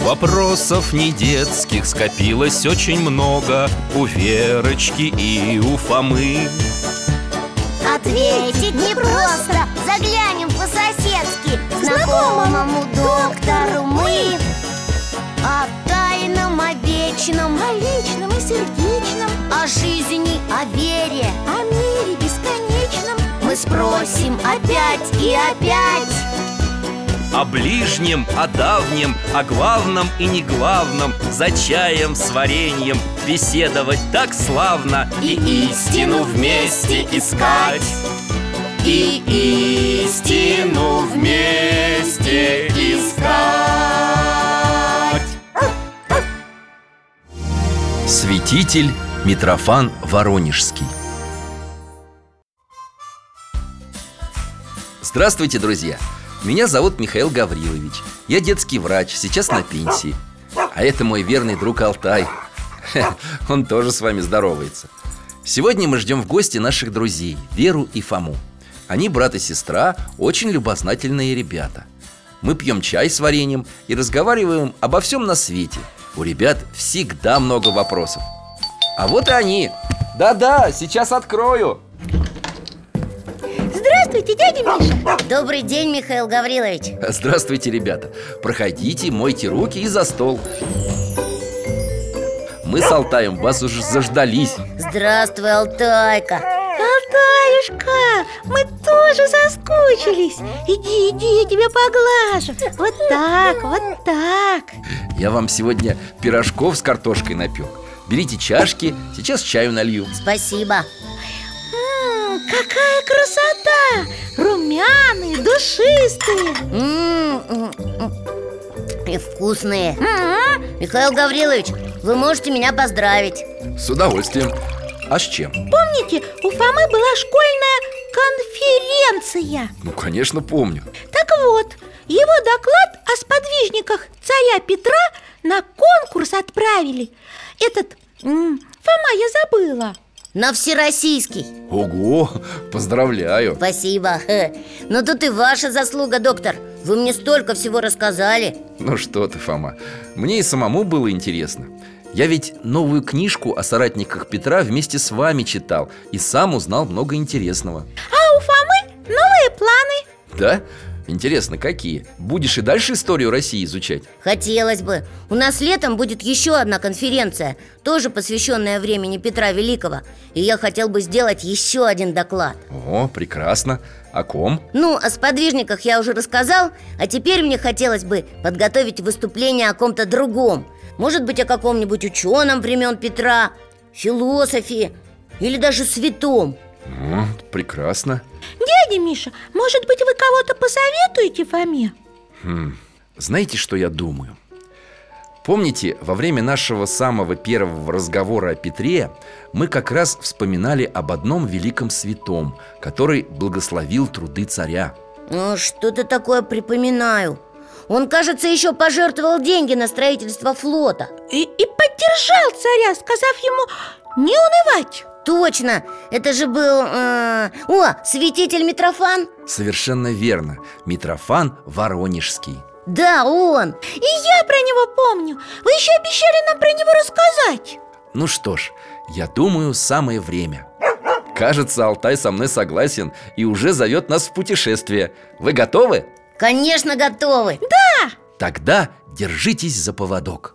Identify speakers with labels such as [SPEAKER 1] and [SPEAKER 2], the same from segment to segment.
[SPEAKER 1] Вопросов не детских скопилось очень много У Верочки и у Фомы
[SPEAKER 2] Ответить непросто Заглянем по-соседски Знакомому доктору мы О тайном, о вечном
[SPEAKER 3] О личном и сердечном,
[SPEAKER 2] О жизни, о вере
[SPEAKER 3] о мире бесконечном
[SPEAKER 2] Мы спросим опять и опять
[SPEAKER 1] О ближнем, о давнем, о главном и не главном За чаем с вареньем беседовать так славно
[SPEAKER 2] И истину вместе искать.
[SPEAKER 1] И истину вместе искать Святитель Митрофан Воронежский Здравствуйте, друзья! Меня зовут Михаил Гаврилович Я детский врач, сейчас на пенсии А это мой верный друг Алтай Он тоже с вами здоровается Сегодня мы ждем в гости наших друзей Веру и Фому Они брат и сестра, очень любознательные ребята Мы пьем чай с вареньем и разговариваем обо всем на свете У ребят всегда много вопросов А вот и они Да-да, сейчас открою
[SPEAKER 3] Здравствуйте, дядя Миша
[SPEAKER 2] Добрый день, Михаил Гаврилович
[SPEAKER 1] Здравствуйте, ребята Проходите, мойте руки и за стол Мы с Алтаем вас уже заждались
[SPEAKER 2] Здравствуй, Алтайка
[SPEAKER 3] Алтаюшка, мы тоже соскучились Иди, иди, я тебя поглажу Вот так, вот так
[SPEAKER 1] Я вам сегодня пирожков с картошкой напек Берите чашки, сейчас чаю налью
[SPEAKER 2] Спасибо
[SPEAKER 3] М, Какая красота! Румяные, душистые
[SPEAKER 2] М, м, м. И вкусные Михаил Гаврилович, вы можете меня поздравить
[SPEAKER 1] С удовольствием А с чем?
[SPEAKER 3] Помните, у Фомы была школьная конференция
[SPEAKER 1] Ну, конечно, помню
[SPEAKER 3] Так вот, его доклад о сподвижниках царя Петра на конкурс отправили Этот, м, Фома, я забыла
[SPEAKER 2] На всероссийский
[SPEAKER 1] Ого, поздравляю
[SPEAKER 2] Спасибо Но тут и ваша заслуга, доктор Вы мне столько всего рассказали
[SPEAKER 1] Ну что ты, Фома Мне и самому было интересно Я ведь новую книжку о соратниках Петра вместе с вами читал И сам узнал много интересного
[SPEAKER 3] А у Фомы новые планы
[SPEAKER 1] Да? Интересно, какие? Будешь и дальше историю России изучать?
[SPEAKER 2] Хотелось бы У нас летом будет еще одна конференция Тоже посвященная времени Петра Великого И я хотел бы сделать еще один доклад
[SPEAKER 1] О, прекрасно О ком?
[SPEAKER 2] Ну, о сподвижниках я уже рассказал, а теперь мне хотелось бы подготовить выступление о ком-то другом. Может быть, о каком-нибудь ученом времен Петра, философе или даже святом.
[SPEAKER 1] О, прекрасно
[SPEAKER 3] Дядя Миша, может быть, вы кого-то посоветуете Фоме?
[SPEAKER 1] Хм. Знаете, что я думаю? Помните, во время нашего самого первого разговора о Петре мы как раз вспоминали об одном великом святом, который благословил труды царя.
[SPEAKER 2] Ну, что-то такое припоминаю. Он, кажется, еще пожертвовал деньги на строительство флота.
[SPEAKER 3] И, и поддержал царя, сказав ему не унывать
[SPEAKER 2] Точно, это же был... э, О, святитель Митрофан?
[SPEAKER 1] Совершенно верно. Митрофан Воронежский.
[SPEAKER 2] Да, он.
[SPEAKER 3] И я про него помню Вы еще обещали нам про него рассказать
[SPEAKER 1] Ну что ж, я думаю, самое время. Кажется, Алтай со мной согласен и уже зовет нас в путешествие. Вы готовы?
[SPEAKER 2] Конечно, готовы.
[SPEAKER 1] Тогда держитесь за поводок.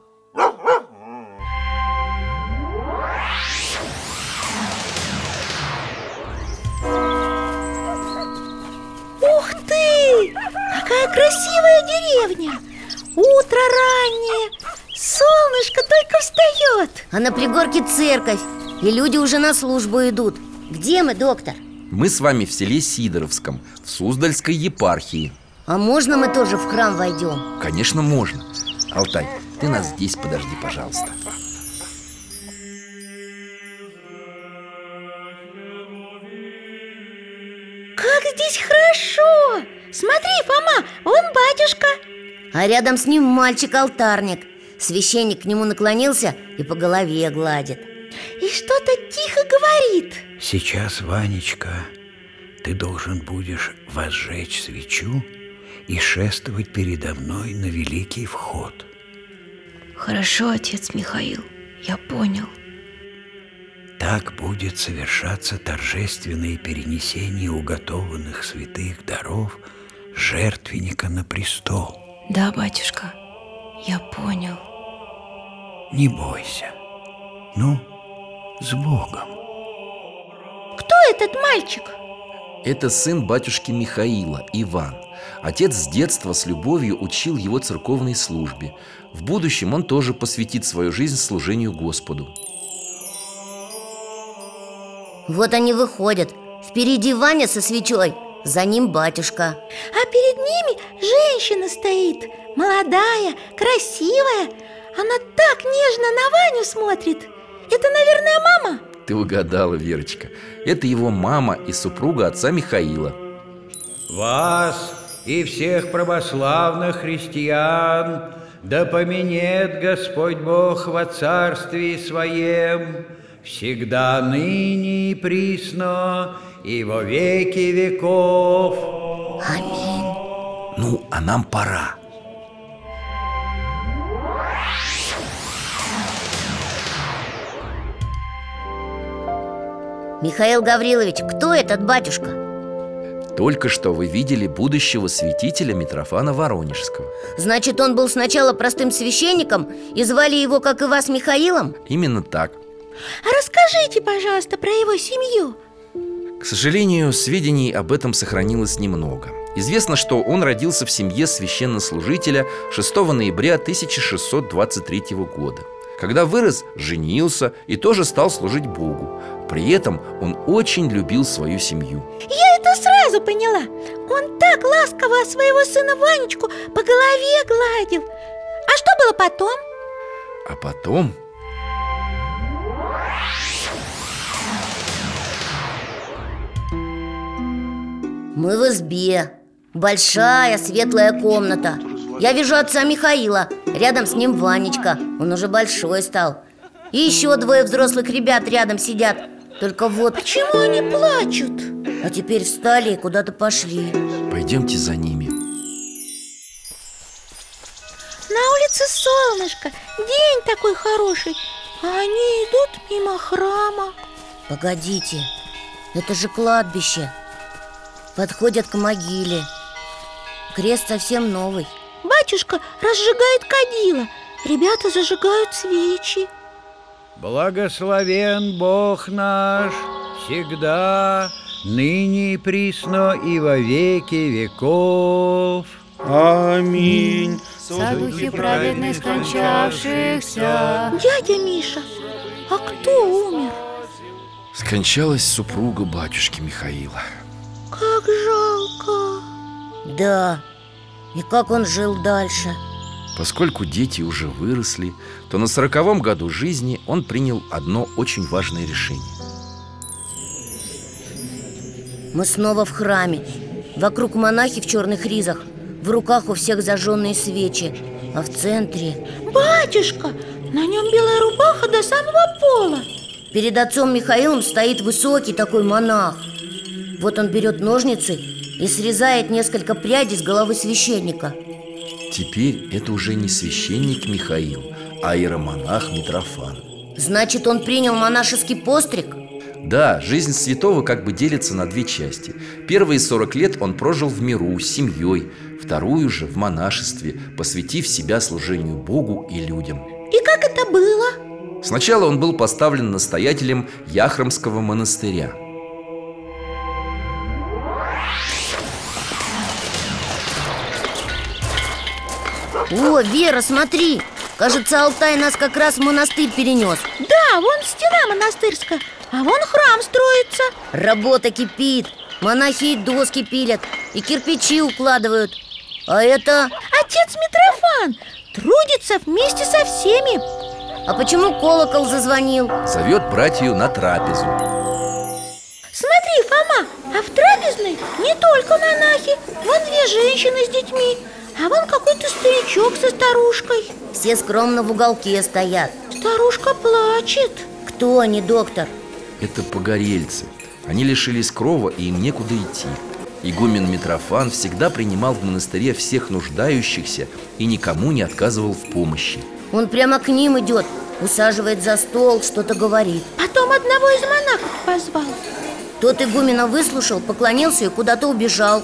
[SPEAKER 3] Ух ты! Какая красивая деревня! Утро раннее, солнышко только встает
[SPEAKER 2] А на пригорке церковь, и люди уже на службу идут. Где мы, доктор?
[SPEAKER 1] Мы с вами в селе Сидоровском, в Суздальской епархии.
[SPEAKER 2] А можно мы тоже в храм войдем?
[SPEAKER 1] Конечно, можно. Алтай, ты нас здесь подожди, пожалуйста.
[SPEAKER 3] Как здесь хорошо! Смотри, Фома, вон батюшка
[SPEAKER 2] А рядом с ним мальчик-алтарник Священник к нему наклонился и по голове гладит
[SPEAKER 3] И что-то тихо говорит
[SPEAKER 4] Сейчас, Ванечка, ты должен будешь возжечь свечу и шествовать передо мной на великий вход.
[SPEAKER 5] Хорошо, отец Михаил, я понял.
[SPEAKER 4] Так будет совершаться торжественное перенесение уготованных святых даров жертвенника на престол.
[SPEAKER 5] Да, батюшка, я понял.
[SPEAKER 4] Не бойся. Ну, с Богом.
[SPEAKER 3] Кто этот мальчик?
[SPEAKER 1] Это сын батюшки Михаила, Иван. Отец с детства с любовью учил его церковной службе. В будущем он тоже посвятит свою жизнь служению Господу.
[SPEAKER 2] Вот они выходят Впереди Ваня со свечой За ним батюшка
[SPEAKER 3] А перед ними женщина стоит Молодая, красивая Она так нежно на Ваню смотрит Это, наверное, мама
[SPEAKER 1] Ты угадала, Верочка. Это его мама и супруга отца Михаила.
[SPEAKER 4] Вас и всех православных христиан да поменет Господь Бог во Царстве Своем всегда ныне и присно и во веки веков.
[SPEAKER 1] Ну, а нам пора.
[SPEAKER 2] Михаил Гаврилович, кто этот батюшка?
[SPEAKER 1] Только что вы видели будущего святителя Митрофана Воронежского.
[SPEAKER 2] Значит, он был сначала простым священником И звали его, как и вас, Михаилом?
[SPEAKER 1] Именно так.
[SPEAKER 3] А расскажите, пожалуйста, про его семью
[SPEAKER 1] К сожалению, сведений об этом сохранилось немного. Известно, что он родился в семье священнослужителя 6 ноября 1623 года. Когда вырос, женился и тоже стал служить Богу. При этом он очень любил свою семью.
[SPEAKER 3] Я это сразу поняла Он так ласково своего сына Ванечку по голове гладил А что было потом?
[SPEAKER 1] А потом...
[SPEAKER 2] Мы в избе Большая светлая комната Я вижу отца Михаила Рядом с ним Ванечка Он уже большой стал И еще двое взрослых ребят рядом сидят Только вот...
[SPEAKER 3] Почему они плачут?
[SPEAKER 2] А теперь встали и куда-то пошли
[SPEAKER 1] Пойдемте за ними.
[SPEAKER 3] На улице солнышко, день такой хороший А они идут мимо храма
[SPEAKER 2] Погодите, это же кладбище Подходят к могиле Крест совсем новый
[SPEAKER 3] Батюшка разжигает кадила Ребята зажигают свечи
[SPEAKER 4] Благословен Бог наш всегда, ныне и присно и во веки веков.
[SPEAKER 6] Аминь.
[SPEAKER 5] За духи праведных скончавшихся,
[SPEAKER 3] Дядя Миша, а кто умер?
[SPEAKER 1] Скончалась супруга батюшки Михаила.
[SPEAKER 3] Как жалко
[SPEAKER 2] Да, и как он жил дальше
[SPEAKER 1] Поскольку дети уже выросли, то на сороковом году жизни он принял одно очень важное решение.
[SPEAKER 2] Мы снова в храме Вокруг монахи в черных ризах В руках у всех зажженные свечи А в центре
[SPEAKER 3] Батюшка, на нем белая рубаха до самого пола
[SPEAKER 2] Перед отцом Михаилом стоит высокий такой монах Вот он берет ножницы и срезает несколько прядей с головы священника
[SPEAKER 1] Теперь это уже не священник Михаил, а иеромонах Митрофан.
[SPEAKER 2] Значит, он принял монашеский постриг?
[SPEAKER 1] Да, жизнь святого как бы делится на две части. Первые 40 лет он прожил в миру, с семьей, вторую же в монашестве, посвятив себя служению Богу и людям.
[SPEAKER 3] И как это было?
[SPEAKER 1] Сначала он был поставлен настоятелем Яхромского монастыря.
[SPEAKER 2] О, Вера, смотри! Кажется, Алтай нас как раз в монастырь перенес
[SPEAKER 3] Да, вон стена монастырская, а вон храм строится
[SPEAKER 2] Работа кипит Монахи и доски пилят И кирпичи укладывают А это...
[SPEAKER 3] Отец Митрофан трудится вместе со всеми
[SPEAKER 2] А почему колокол зазвонил?
[SPEAKER 1] Зовет братью на трапезу.
[SPEAKER 3] Смотри, Фома, а в трапезной не только монахи Вон две женщины с детьми А вон какой-то старичок со старушкой
[SPEAKER 2] Все скромно в уголке стоят
[SPEAKER 3] Старушка плачет
[SPEAKER 2] Кто они, доктор?
[SPEAKER 1] Это погорельцы. Они лишились крова, и им некуда идти. Игумен Митрофан всегда принимал в монастыре всех нуждающихся и никому не отказывал в помощи.
[SPEAKER 2] Он прямо к ним идет, усаживает за стол, что-то говорит
[SPEAKER 3] Потом одного из монахов позвал
[SPEAKER 2] Тот игумена выслушал, поклонился и куда-то убежал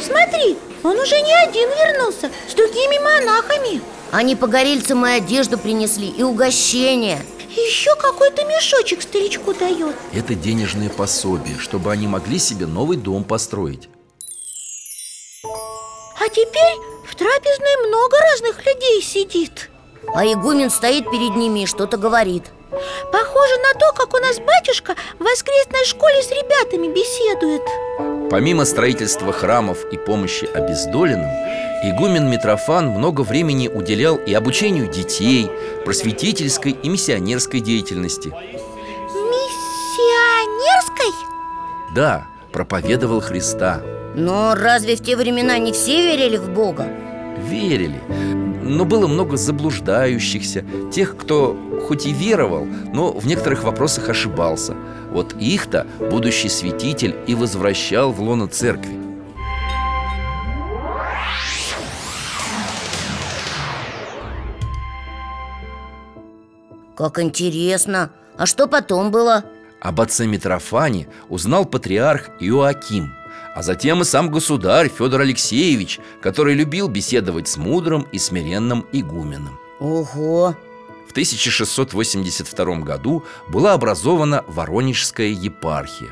[SPEAKER 3] Смотри, он уже не один вернулся С другими монахами
[SPEAKER 2] Они погорельцам и одежду принесли, и угощение
[SPEAKER 3] И еще какой-то мешочек старичку дает
[SPEAKER 1] Это денежное пособие, чтобы они могли себе новый дом построить
[SPEAKER 3] А теперь в трапезной много разных людей сидит
[SPEAKER 2] А игумен стоит перед ними и что-то говорит
[SPEAKER 3] Похоже на то, как у нас батюшка в воскресной школе с ребятами беседует
[SPEAKER 1] Помимо строительства храмов и помощи обездоленным, игумен Митрофан много времени уделял и обучению детей, просветительской и миссионерской деятельности.
[SPEAKER 3] Миссионерской?
[SPEAKER 1] Да, проповедовал Христа.
[SPEAKER 2] Но разве в те времена не все верили в Бога?
[SPEAKER 1] Верили, но было много заблуждающихся, тех, кто хоть и веровал, но в некоторых вопросах ошибался. Вот их-то будущий святитель и возвращал в лоно церкви.
[SPEAKER 2] Как интересно! А что потом было?
[SPEAKER 1] Об отце Митрофане узнал патриарх Иоаким, а затем и сам государь Федор Алексеевич, который любил беседовать с мудрым и смиренным игуменом.
[SPEAKER 2] Ого!
[SPEAKER 1] В 1682 году была образована Воронежская епархия.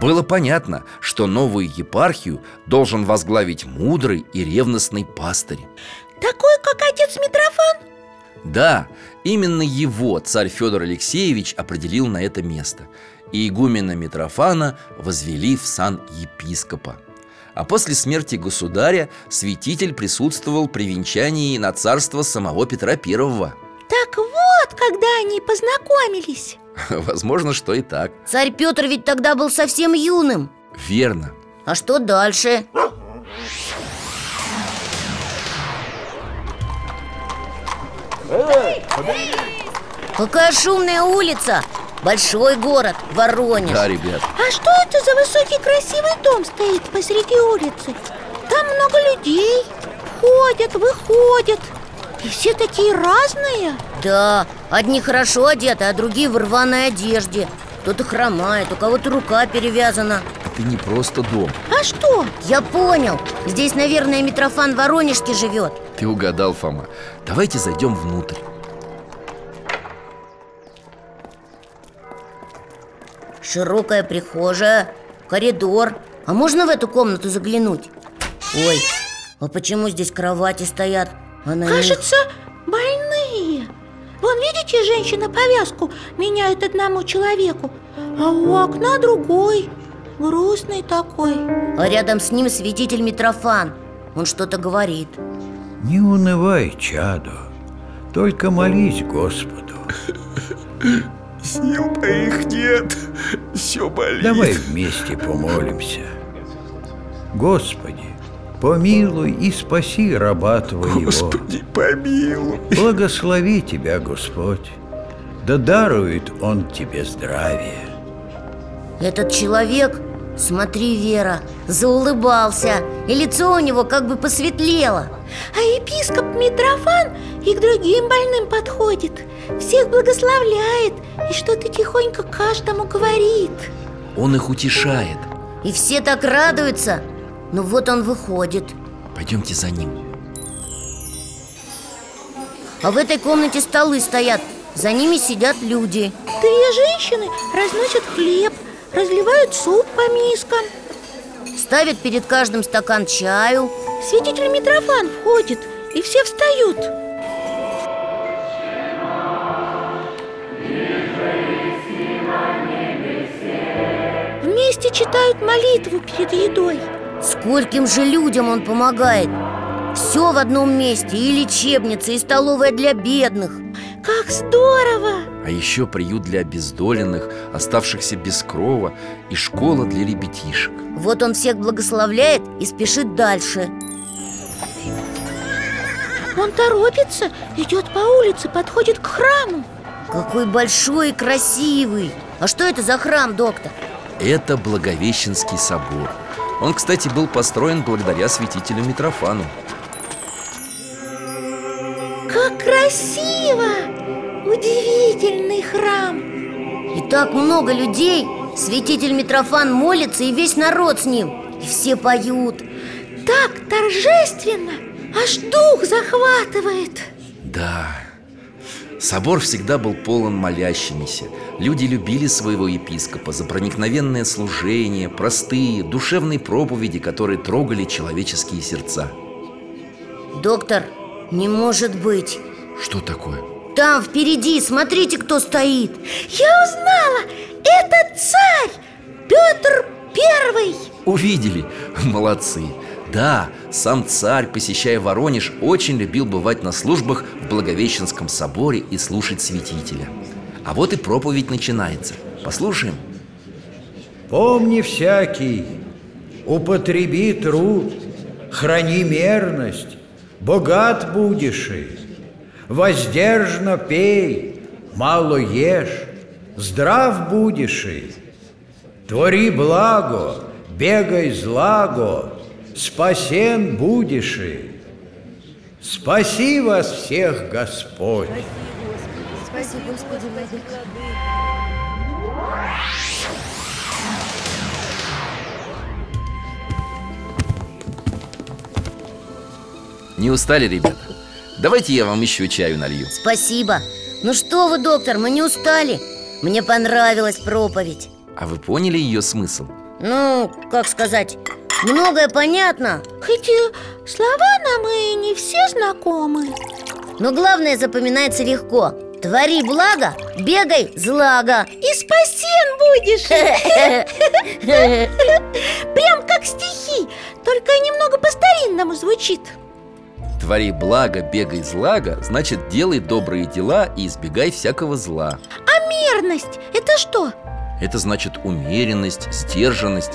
[SPEAKER 1] Было понятно, что новую епархию должен возглавить мудрый и ревностный пастырь.
[SPEAKER 3] Такой, как отец Митрофан?
[SPEAKER 1] Да, именно его царь Федор Алексеевич определил на это место. И игумена Митрофана возвели в сан епископа. А после смерти государя святитель присутствовал при венчании на царство самого Петра Первого.
[SPEAKER 3] Так вот, когда они познакомились
[SPEAKER 1] Возможно, что и так.
[SPEAKER 2] Царь Петр ведь тогда был совсем юным
[SPEAKER 1] Верно.
[SPEAKER 2] А что дальше? Какая шумная улица! Большой город, Воронеж
[SPEAKER 1] Да, ребят.
[SPEAKER 3] А что это за высокий красивый дом стоит посреди улицы? Там много людей Ходят, выходят И все такие разные
[SPEAKER 2] Да, одни хорошо одеты, а другие в рваной одежде Кто-то хромает, у кого-то рука перевязана
[SPEAKER 1] Это не просто дом.
[SPEAKER 3] А что?
[SPEAKER 2] Я понял, здесь, наверное, Митрофан Воронежский живет
[SPEAKER 1] Ты угадал, Фома. Давайте зайдем внутрь.
[SPEAKER 2] Широкая прихожая, коридор А можно в эту комнату заглянуть? Ой, а почему здесь кровати стоят? А на них-
[SPEAKER 3] Кажется, больные Вон, видите, женщина повязку меняет одному человеку А у окна другой Грустный такой
[SPEAKER 2] А рядом с ним святитель Митрофан Он что-то говорит
[SPEAKER 4] Не унывай, чадо, только молись Господу.
[SPEAKER 6] Сил-то их нет, все болит
[SPEAKER 4] Давай вместе помолимся. Господи, помилуй и спаси раба Твоего.
[SPEAKER 6] Господи, помилуй
[SPEAKER 4] Благослови тебя, Господь, да дарует Он тебе здравие.
[SPEAKER 2] Этот человек, смотри, Вера, заулыбался И лицо у него как бы посветлело
[SPEAKER 3] А епископ Митрофан и к другим больным подходит Всех благословляет и что-то тихонько каждому говорит
[SPEAKER 1] Он их утешает.
[SPEAKER 2] И все так радуются Ну вот он выходит
[SPEAKER 1] Пойдемте за ним.
[SPEAKER 2] А в этой комнате столы стоят За ними сидят люди
[SPEAKER 3] Две женщины разносят хлеб, разливают суп по мискам
[SPEAKER 2] Ставят перед каждым стакан чаю
[SPEAKER 3] Святитель Митрофан входит, и все встают Вместе читают молитву перед едой
[SPEAKER 2] Скольким же людям он помогает Все в одном месте И лечебница, и столовая для бедных
[SPEAKER 3] Как здорово!
[SPEAKER 1] А еще приют для обездоленных, оставшихся без крова, и школа для ребятишек.
[SPEAKER 2] Вот он всех благословляет и спешит дальше
[SPEAKER 3] Он торопится, идет по улице, подходит к храму
[SPEAKER 2] Какой большой и красивый А что это за храм, доктор?
[SPEAKER 1] Это Благовещенский собор. Он, кстати, был построен благодаря святителю Митрофану.
[SPEAKER 3] Как красиво! Красиво! Удивительный храм!
[SPEAKER 2] И так много людей Святитель Митрофан молится и весь народ с ним И все поют
[SPEAKER 3] Так торжественно! Аж дух захватывает!
[SPEAKER 1] Да. Собор всегда был полон молящимися. Люди любили своего епископа за проникновенное служение, простые, душевные проповеди, которые трогали человеческие сердца.
[SPEAKER 2] Доктор, не может быть
[SPEAKER 1] Что такое?
[SPEAKER 2] Там впереди, смотрите, кто стоит
[SPEAKER 3] Я узнала! Это царь! Петр Первый!
[SPEAKER 1] Увидели? Молодцы! Да, сам царь, посещая Воронеж, очень любил бывать на службах в Благовещенском соборе и слушать святителя. А вот и проповедь начинается. Послушаем?
[SPEAKER 4] Помни всякий, употреби труд, храни мерность, богат будешь и, воздержно пей, мало ешь, здрав будешь и, твори благо, бегай злаго, спасен будешь и. Спаси вас всех, Господь!
[SPEAKER 1] Не устали, ребята? Давайте я вам еще чаю налью.
[SPEAKER 2] Спасибо Ну что вы, доктор, мы не устали Мне понравилась проповедь
[SPEAKER 1] А вы поняли ее смысл?
[SPEAKER 2] Ну, как сказать, многое понятно
[SPEAKER 3] Хоть и слова нам и не все знакомы
[SPEAKER 2] Но главное запоминается легко Твори благо, бегай злага
[SPEAKER 3] И спасен будешь! Прям как стихи, только немного по-старинному звучит
[SPEAKER 1] Твори благо, бегай злага, значит, делай добрые дела и избегай всякого зла.
[SPEAKER 3] А мерность – это что?
[SPEAKER 1] Это значит умеренность, сдержанность.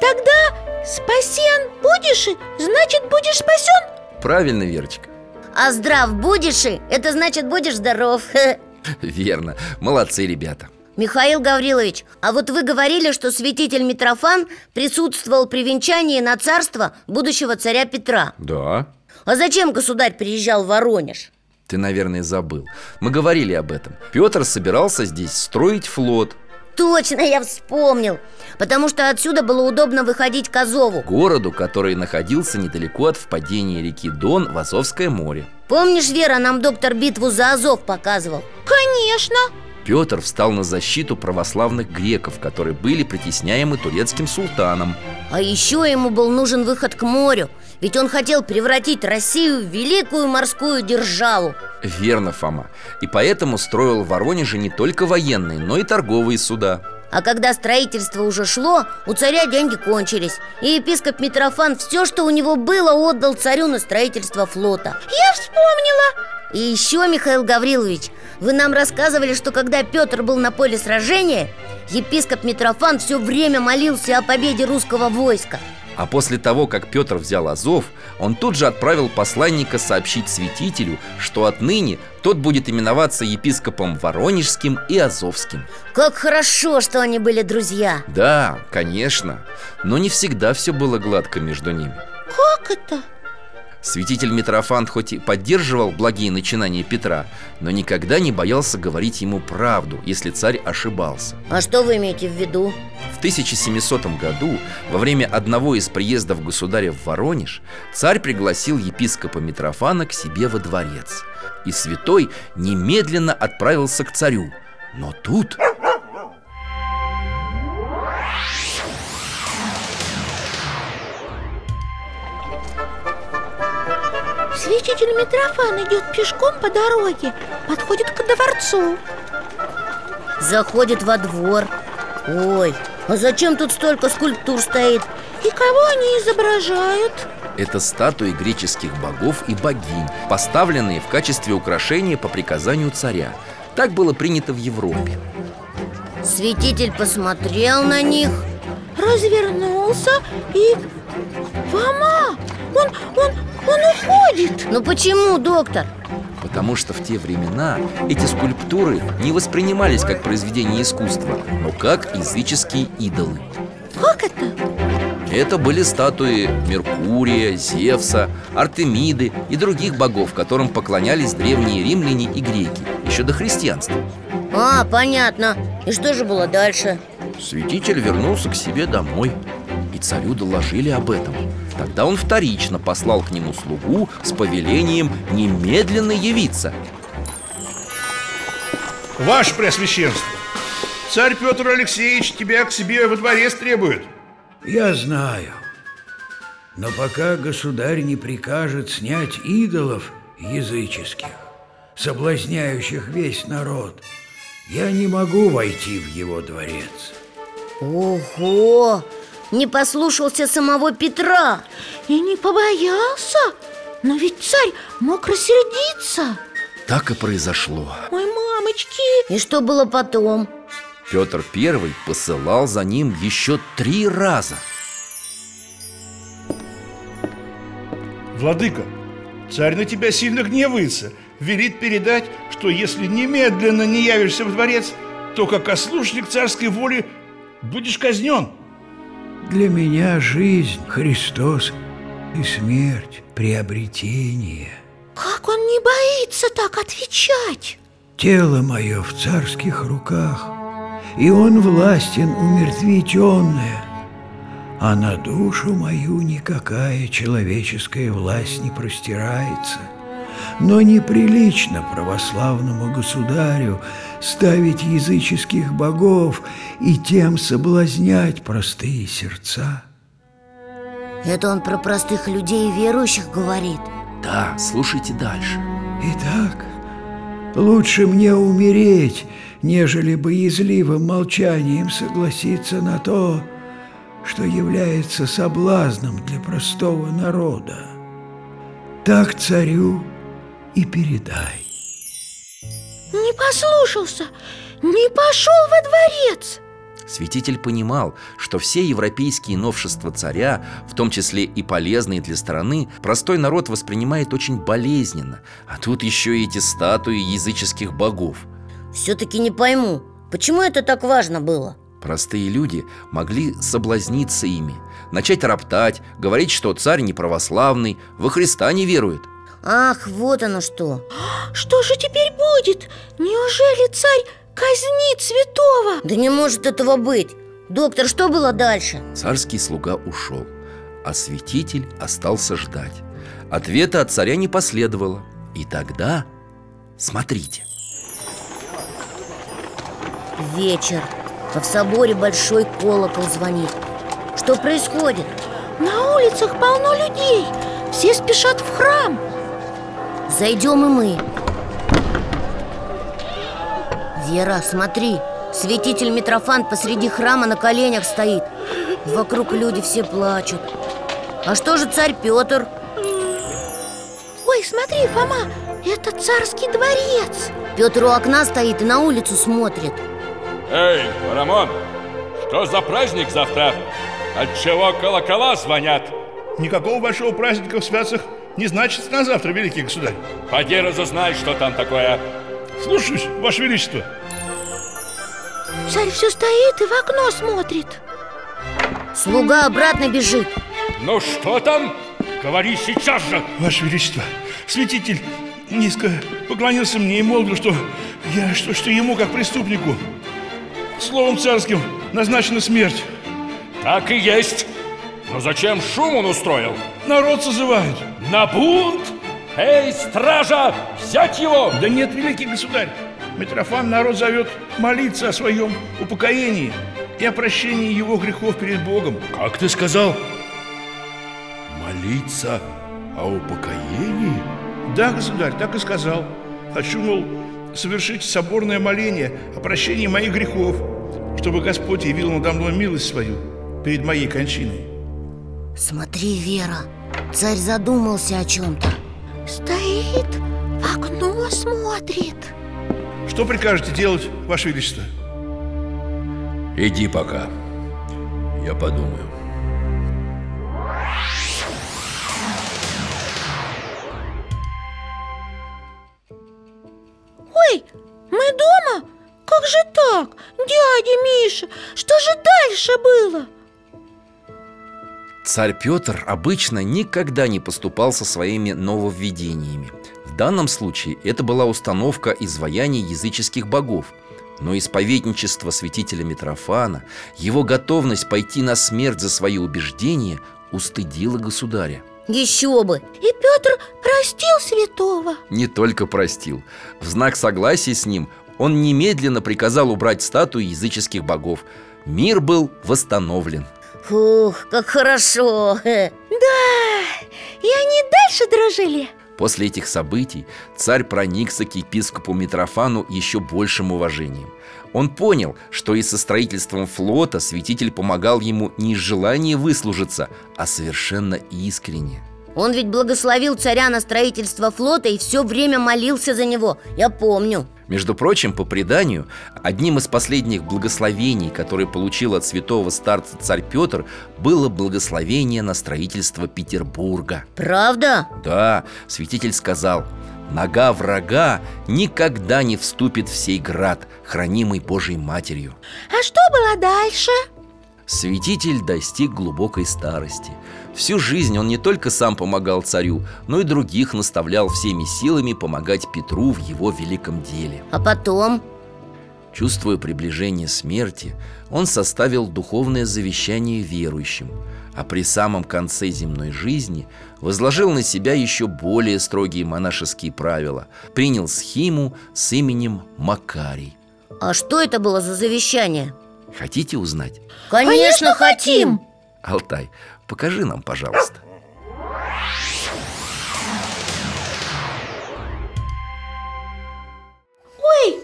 [SPEAKER 3] Тогда спасен будешь, и значит будешь спасен
[SPEAKER 1] Правильно, Верочка?
[SPEAKER 2] А здрав будешь и, это значит будешь здоров
[SPEAKER 1] Верно. Молодцы, ребята.
[SPEAKER 2] Михаил Гаврилович, а вот вы говорили, что святитель Митрофан присутствовал при венчании на царство будущего царя Петра
[SPEAKER 1] Да.
[SPEAKER 2] А зачем государь приезжал в Воронеж?
[SPEAKER 1] Ты, наверное, забыл. Мы говорили об этом. Петр собирался здесь строить флот,
[SPEAKER 2] Точно, я вспомнил Потому что отсюда было удобно выходить к Азову
[SPEAKER 1] городу, который находился недалеко от впадения реки Дон в Азовское море.
[SPEAKER 2] Помнишь, Вера, нам доктор битву за Азов показывал?
[SPEAKER 3] Конечно,
[SPEAKER 1] Петр встал на защиту православных греков, которые были притесняемы турецким султаном.
[SPEAKER 2] А еще ему был нужен выход к морю Ведь он хотел превратить Россию в великую морскую державу
[SPEAKER 1] Верно, Фома. И поэтому строил в Воронеже не только военные, но и торговые суда.
[SPEAKER 2] А когда строительство уже шло, у царя деньги кончились И епископ Митрофан все, что у него было, отдал царю на строительство флота
[SPEAKER 3] я вспомнила
[SPEAKER 2] И еще, Михаил Гаврилович, вы нам рассказывали, что когда Петр был на поле сражения Епископ Митрофан все время молился о победе русского войска
[SPEAKER 1] А после того, как Петр взял Азов, он тут же отправил посланника сообщить святителю, что отныне тот будет именоваться епископом Воронежским и Азовским.
[SPEAKER 2] Как хорошо, что они были друзья
[SPEAKER 1] Да, конечно, но не всегда все было гладко между ними.
[SPEAKER 3] Как это?
[SPEAKER 1] Святитель Митрофан хоть и поддерживал благие начинания Петра, но никогда не боялся говорить ему правду, если царь ошибался.
[SPEAKER 2] А что вы имеете в виду?
[SPEAKER 1] В 1700 году, во время одного из приездов государя в Воронеж, царь пригласил епископа Митрофана к себе во дворец. И святой немедленно отправился к царю. Но тут...
[SPEAKER 3] Святитель Митрофан идет пешком по дороге, подходит к дворцу.
[SPEAKER 2] Заходит во двор Ой, а зачем тут столько скульптур стоит?
[SPEAKER 3] И кого они изображают?
[SPEAKER 1] Это статуи греческих богов и богинь, поставленные в качестве украшения по приказанию царя. Так было принято в Европе.
[SPEAKER 2] Святитель посмотрел на них
[SPEAKER 3] Развернулся и... Фома! Он, он, он уходит!
[SPEAKER 2] Ну почему, доктор?
[SPEAKER 1] Потому что в те времена эти скульптуры не воспринимались как произведения искусства, но как языческие идолы.
[SPEAKER 3] Как это?
[SPEAKER 1] Это были статуи Меркурия, Зевса, Артемиды и других богов, которым поклонялись древние римляне и греки, еще до христианства.
[SPEAKER 2] А, понятно И что же было дальше?
[SPEAKER 1] Святитель вернулся к себе домой И царю доложили об этом Тогда он вторично послал к нему слугу С повелением немедленно явиться
[SPEAKER 7] Ваше Преосвященство, царь Петр Алексеевич тебя к себе во дворец требует.
[SPEAKER 4] Я знаю. Но пока государь не прикажет снять идолов языческих, соблазняющих весь народ, я не могу войти в его дворец.
[SPEAKER 2] Ого! Не послушался самого Петра
[SPEAKER 3] И не побоялся Но ведь царь мог рассердиться
[SPEAKER 1] Так и произошло
[SPEAKER 3] Ой, мамочки
[SPEAKER 2] И что было потом?
[SPEAKER 1] Петр I посылал за ним еще три раза
[SPEAKER 7] Владыка, царь на тебя сильно гневается. Велит передать, что если немедленно не явишься в дворец, то как ослушник царской воли будешь казнен.
[SPEAKER 4] Для меня жизнь, Христос и смерть, приобретение.
[SPEAKER 3] Как он не боится так отвечать?
[SPEAKER 4] Тело мое в царских руках, и он властен умертвить онное. А на душу мою никакая человеческая власть не простирается. Но неприлично православному государю ставить языческих богов и тем соблазнять простые сердца.
[SPEAKER 2] Это он про простых людей и верующих говорит
[SPEAKER 1] Да, слушайте дальше
[SPEAKER 4] Итак, лучше мне умереть, нежели боязливым молчанием согласиться на то, что является соблазном для простого народа. Так царю и передай.
[SPEAKER 3] Не послушался, не пошел во дворец
[SPEAKER 1] Святитель понимал, что все европейские новшества царя, в том числе и полезные для страны, простой народ воспринимает очень болезненно А тут еще и эти статуи языческих богов
[SPEAKER 2] Все-таки не пойму, почему это так важно было?
[SPEAKER 1] Простые люди могли соблазниться ими, начать роптать, говорить, что царь не православный, во Христа не верует.
[SPEAKER 2] Ах, вот оно что
[SPEAKER 3] Что же теперь будет? Неужели царь казнит святого?
[SPEAKER 2] Да не может этого быть Доктор, что было дальше?
[SPEAKER 1] Царский слуга ушел, а святитель остался ждать. Ответа от царя не последовало. И тогда, смотрите,
[SPEAKER 2] Вечер А в соборе большой колокол звонит Что происходит?
[SPEAKER 3] На улицах полно людей Все спешат в храм
[SPEAKER 2] Зайдем и мы Вера, смотри Святитель Митрофан посреди храма на коленях стоит Вокруг люди все плачут А что же царь Петр?
[SPEAKER 3] Ой, смотри, Фома, это царский дворец
[SPEAKER 2] Петр у окна стоит и на улицу смотрит
[SPEAKER 8] Эй, Парамон, что за праздник завтра? Отчего колокола звонят?
[SPEAKER 7] Никакого большого праздника в святцах не значится на завтра, великий государь.
[SPEAKER 8] Поди разузнай, что там такое.
[SPEAKER 7] Слушаюсь, Ваше Величество.
[SPEAKER 3] Царь все стоит и в окно смотрит
[SPEAKER 2] Слуга обратно бежит
[SPEAKER 8] Ну что там? Говори сейчас же!
[SPEAKER 7] Ваше Величество, святитель низко поклонился мне и молвил, что я что, что ему, как преступнику, словом царским назначена смерть.
[SPEAKER 8] Так и есть! Но зачем шум он устроил?
[SPEAKER 7] Народ созывает.
[SPEAKER 8] На бунт? Эй, стража, взять его!
[SPEAKER 7] Да нет, великий государь, Митрофан народ зовет молиться о своем упокоении и о прощении его грехов перед Богом.
[SPEAKER 8] Как ты сказал?
[SPEAKER 6] Молиться о упокоении?
[SPEAKER 7] Да, государь, так и сказал. Хочу, мол, совершить соборное моление о прощении моих грехов, чтобы Господь явил надо мной милость свою перед моей кончиной.
[SPEAKER 2] Смотри, Вера Царь задумался о чем-то
[SPEAKER 3] Стоит, в окно смотрит
[SPEAKER 7] Что прикажете делать, Ваше Величество?
[SPEAKER 6] Иди пока. Я подумаю.
[SPEAKER 3] Ой, мы дома? Как же так? Дядя Миша, что же дальше было?
[SPEAKER 1] Царь Петр обычно никогда не поступал со своими нововведениями. В данном случае это была установка изваяний языческих богов. Но исповедничество святителя Митрофана, его готовность пойти на смерть за свои убеждения устыдило государя.
[SPEAKER 2] Еще бы!
[SPEAKER 3] И Петр простил святого
[SPEAKER 1] Не только простил. В знак согласия с ним он немедленно приказал убрать статуи языческих богов. Мир был восстановлен.
[SPEAKER 2] Фух, как хорошо!
[SPEAKER 3] И они дальше дружили
[SPEAKER 1] После этих событий царь проникся к епископу Митрофану еще большим уважением. Он понял, что и со строительством флота святитель помогал ему не из желания выслужиться, а совершенно искренне.
[SPEAKER 2] Он ведь благословил царя на строительство флота и все время молился за него. Я помню.
[SPEAKER 1] Между прочим, по преданию, одним из последних благословений, которые получил от святого старца царь Петр, было благословение на строительство Петербурга.
[SPEAKER 2] Правда?
[SPEAKER 1] Да, святитель сказал, нога врага никогда не вступит в сей град, хранимый Божьей Матерью.
[SPEAKER 3] А что было дальше?
[SPEAKER 1] Святитель достиг глубокой старости. Всю жизнь он не только сам помогал царю, но и других наставлял всеми силами помогать Петру в его великом деле.
[SPEAKER 2] А потом?
[SPEAKER 1] Чувствуя приближение смерти, он составил духовное завещание верующим, а при самом конце земной жизни возложил на себя еще более строгие монашеские правила, принял схиму с именем Макарий.
[SPEAKER 2] А что это было за завещание?
[SPEAKER 1] Хотите узнать?
[SPEAKER 2] Конечно, хотим!
[SPEAKER 1] Алтай, покажи нам, пожалуйста.
[SPEAKER 3] Ой,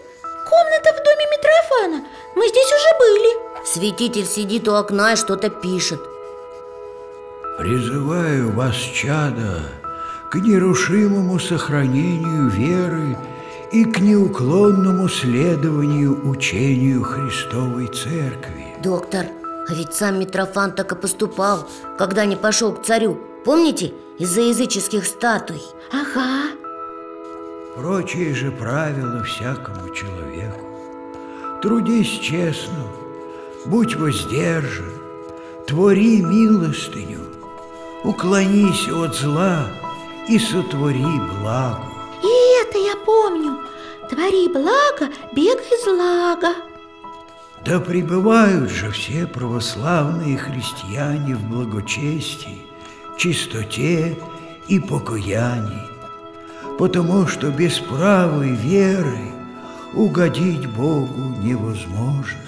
[SPEAKER 3] комната в доме Митрофана Мы здесь уже были
[SPEAKER 2] Святитель сидит у окна и что-то пишет.
[SPEAKER 4] Призываю вас, чада, к нерушимому сохранению веры и к неуклонному следованию учению Христовой Церкви.
[SPEAKER 2] Доктор, а ведь сам Митрофан так и поступал, когда не пошел к царю. Помните? Из-за языческих статуй.
[SPEAKER 3] Ага
[SPEAKER 4] Прочие же правила всякому человеку. Трудись честно, будь воздержан, твори милостыню, уклонись от зла и сотвори благо.
[SPEAKER 3] И это я помню Твори благо, бегай злага
[SPEAKER 4] Да пребывают же все православные христиане в благочестии, чистоте и покаянии, потому что без правой веры угодить Богу невозможно.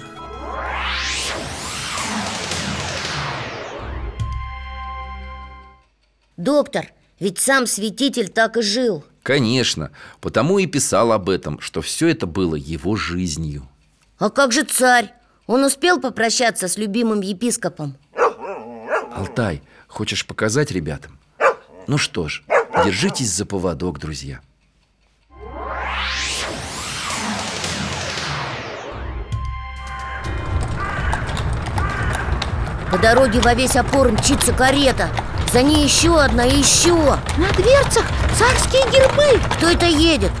[SPEAKER 2] Доктор, ведь сам святитель так и жил.
[SPEAKER 1] Конечно, потому и писал об этом, что все это было его жизнью.
[SPEAKER 2] А как же царь? Он успел попрощаться с любимым епископом?
[SPEAKER 1] Алтай, хочешь показать ребятам? Ну что ж, держитесь за поводок, друзья.
[SPEAKER 2] По дороге во весь опор мчится карета. За ней еще одна и еще.
[SPEAKER 3] На дверцах царские гербы
[SPEAKER 2] Кто это едет?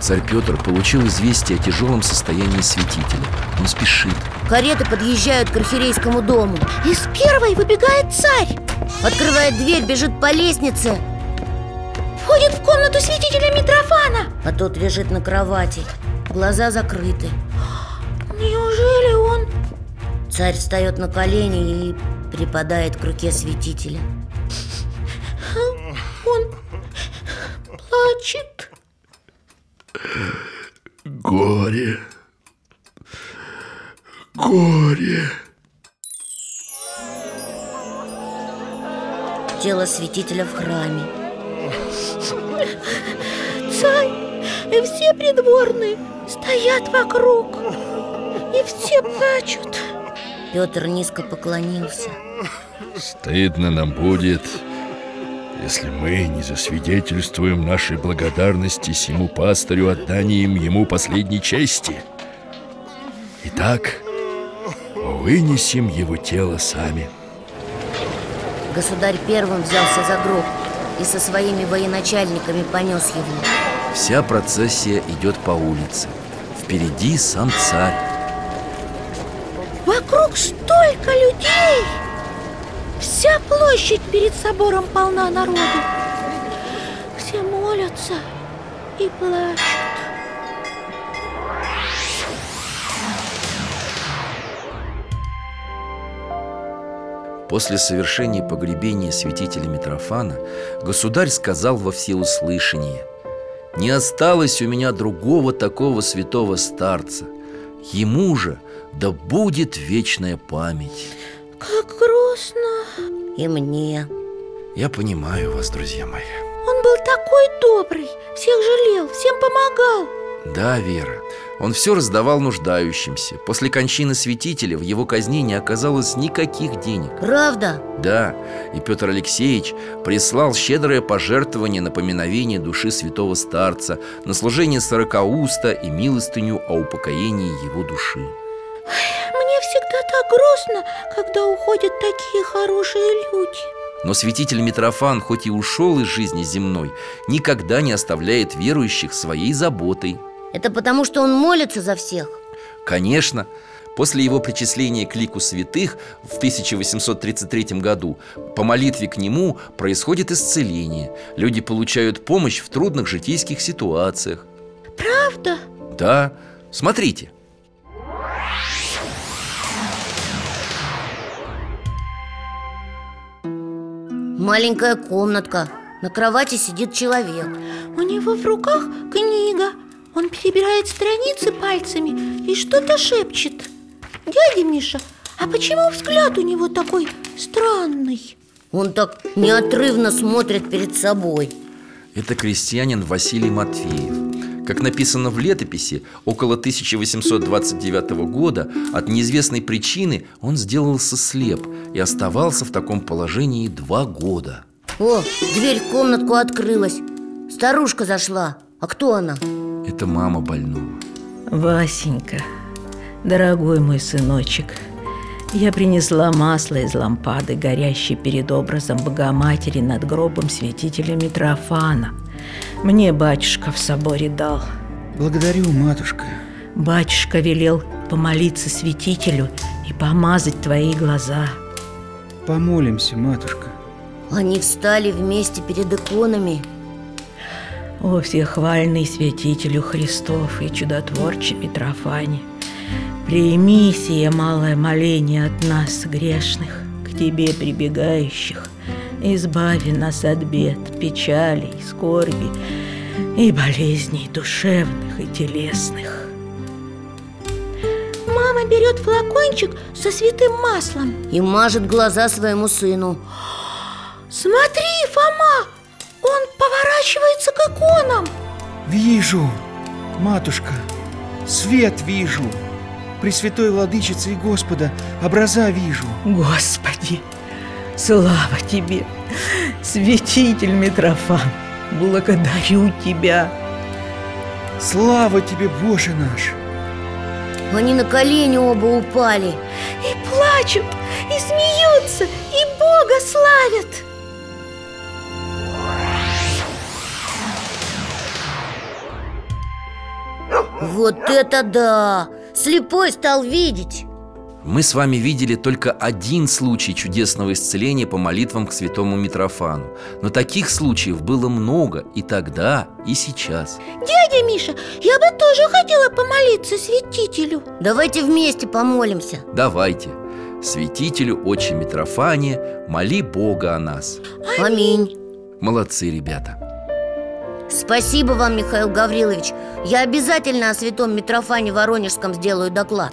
[SPEAKER 1] Царь Петр получил известие о тяжелом состоянии святителя. Он спешит.
[SPEAKER 2] Кареты подъезжают к архирейскому дому.
[SPEAKER 3] Из первой выбегает царь
[SPEAKER 2] Открывает дверь, бежит по лестнице,
[SPEAKER 3] Входит в комнату святителя Митрофана
[SPEAKER 2] а тот лежит на кровати. Глаза закрыты.
[SPEAKER 3] Неужели он...
[SPEAKER 2] Царь встает на колени и припадает к руке святителя.
[SPEAKER 3] Он плачет
[SPEAKER 6] Горе. Горе.
[SPEAKER 2] Тело святителя в храме.
[SPEAKER 3] Царь и все придворные стоят вокруг И все плачут
[SPEAKER 2] Петр низко поклонился.
[SPEAKER 6] Стыдно нам будет, если мы не засвидетельствуем нашей благодарности сему пастырю отданием ему последней чести. Итак, вынесем его тело сами.
[SPEAKER 2] Государь первым взялся за гроб и со своими военачальниками понес его.
[SPEAKER 1] Вся процессия идет по улице. Впереди сам царь.
[SPEAKER 3] Вокруг столько людей Вся площадь перед собором полна народу. Все молятся и плачут.
[SPEAKER 1] После совершения погребения святителя Митрофана государь сказал во всеуслышание «Не осталось у меня другого такого святого старца, ему же да будет вечная память».
[SPEAKER 3] Как грустно.
[SPEAKER 2] И мне
[SPEAKER 1] Я понимаю вас, друзья мои.
[SPEAKER 3] Он был такой добрый, всех жалел, всем помогал.
[SPEAKER 1] Да, Вера, он все раздавал нуждающимся. После кончины святителя в его казне не оказалось никаких денег.
[SPEAKER 2] Правда?
[SPEAKER 1] Да, и Петр Алексеевич прислал щедрое пожертвование на поминовение души святого старца, на служение сорокауста и милостыню о упокоении его души.
[SPEAKER 3] Мне всегда так грустно, когда уходят такие хорошие люди.
[SPEAKER 1] Но святитель Митрофан, хоть и ушел из жизни земной, никогда не оставляет верующих своей заботой.
[SPEAKER 2] Это потому, что он молится за всех
[SPEAKER 1] Конечно, после его причисления к лику святых в 1833 году по молитве к нему происходит исцеление. Люди получают помощь в трудных житейских ситуациях.
[SPEAKER 3] Правда?
[SPEAKER 1] Да, смотрите.
[SPEAKER 2] Маленькая комнатка На кровати сидит человек
[SPEAKER 3] У него в руках книга. Он перебирает страницы пальцами и что-то шепчет. Дядя Миша, а почему взгляд у него такой странный?
[SPEAKER 2] Он так неотрывно смотрит перед собой
[SPEAKER 1] Это крестьянин Василий Матвеев. Как написано в летописи, около 1829 года от неизвестной причины он сделался слеп и оставался в таком положении два года.
[SPEAKER 2] О, дверь в комнатку открылась Старушка зашла А кто она?
[SPEAKER 1] Это мама больного.
[SPEAKER 9] Васенька, дорогой мой сыночек, я принесла масло из лампады, горящей перед образом Богоматери над гробом святителя Митрофана. Мне батюшка в соборе дал.
[SPEAKER 4] Благодарю, матушка.
[SPEAKER 9] Батюшка велел помолиться святителю и помазать твои глаза.
[SPEAKER 10] Помолимся, матушка.
[SPEAKER 2] Они встали вместе перед иконами
[SPEAKER 9] О, всехвальный святителю Христов и чудотворче Митрофане, прими сие малое моление от нас, грешных, к Тебе прибегающих, избави нас от бед, печалей, скорби и болезней душевных и телесных.
[SPEAKER 3] Мама берет флакончик со святым маслом.
[SPEAKER 2] И мажет глаза своему сыну
[SPEAKER 3] Смотри, Фома, он поворачивается к иконам.
[SPEAKER 10] Вижу, матушка, свет вижу. Пресвятой Владычицы и Господа образа вижу.
[SPEAKER 9] Господи, слава Тебе, святитель Митрофан, благодарю Тебя.
[SPEAKER 10] Слава тебе, Боже наш!
[SPEAKER 2] Они на колени оба упали
[SPEAKER 3] И плачут, и смеются, и Бога славят.
[SPEAKER 2] Вот это да! Слепой стал видеть
[SPEAKER 1] Мы с вами видели только один случай чудесного исцеления по молитвам к святому Митрофану. Но таких случаев было много и тогда, и сейчас.
[SPEAKER 3] Дядя Миша, я бы тоже хотела помолиться святителю
[SPEAKER 2] Давайте вместе помолимся
[SPEAKER 1] Давайте. Святителю, отче Митрофане, моли Бога о нас.
[SPEAKER 2] Аминь
[SPEAKER 1] Молодцы, ребята.
[SPEAKER 2] Спасибо вам, Михаил Гаврилович Я обязательно о святом Митрофане Воронежском сделаю доклад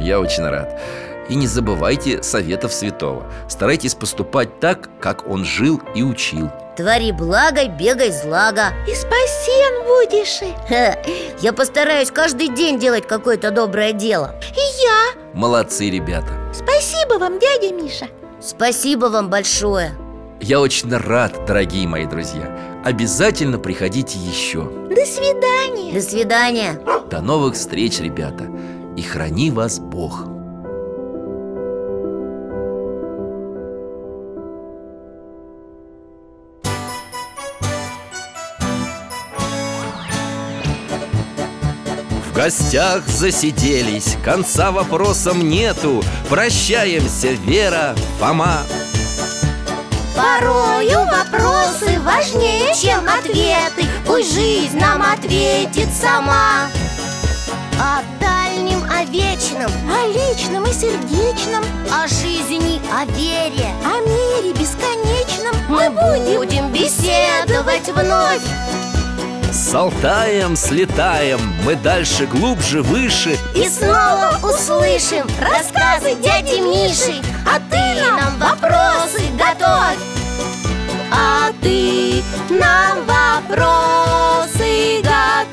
[SPEAKER 1] Я очень рад. И не забывайте советов святого. Старайтесь поступать так, как он жил и учил.
[SPEAKER 2] Твори благо, бегай злага
[SPEAKER 3] И спасен будешь и.
[SPEAKER 2] Ха, Я постараюсь каждый день делать какое-то доброе дело
[SPEAKER 3] И я
[SPEAKER 1] Молодцы, ребята.
[SPEAKER 3] Спасибо вам, дядя Миша
[SPEAKER 2] Спасибо вам большое
[SPEAKER 1] Я очень рад, дорогие мои друзья. Обязательно приходите еще.
[SPEAKER 3] До свидания
[SPEAKER 2] До свидания
[SPEAKER 1] До новых встреч, ребята. И храни вас Бог. В гостях засиделись, конца вопросам нету. Прощаемся, Вера, Фома.
[SPEAKER 2] Порою вопросы важнее, чем ответы Пусть жизнь нам ответит сама О дальнем, о вечном
[SPEAKER 3] «А
[SPEAKER 2] О личном и сердечном О жизни, о вере О мире бесконечном Мы будем беседовать вновь
[SPEAKER 1] С Алтаем слетаем, мы дальше, глубже, выше
[SPEAKER 2] И снова услышим рассказы дяди Миши А ты нам вопросы готовь А ты нам вопросы готовь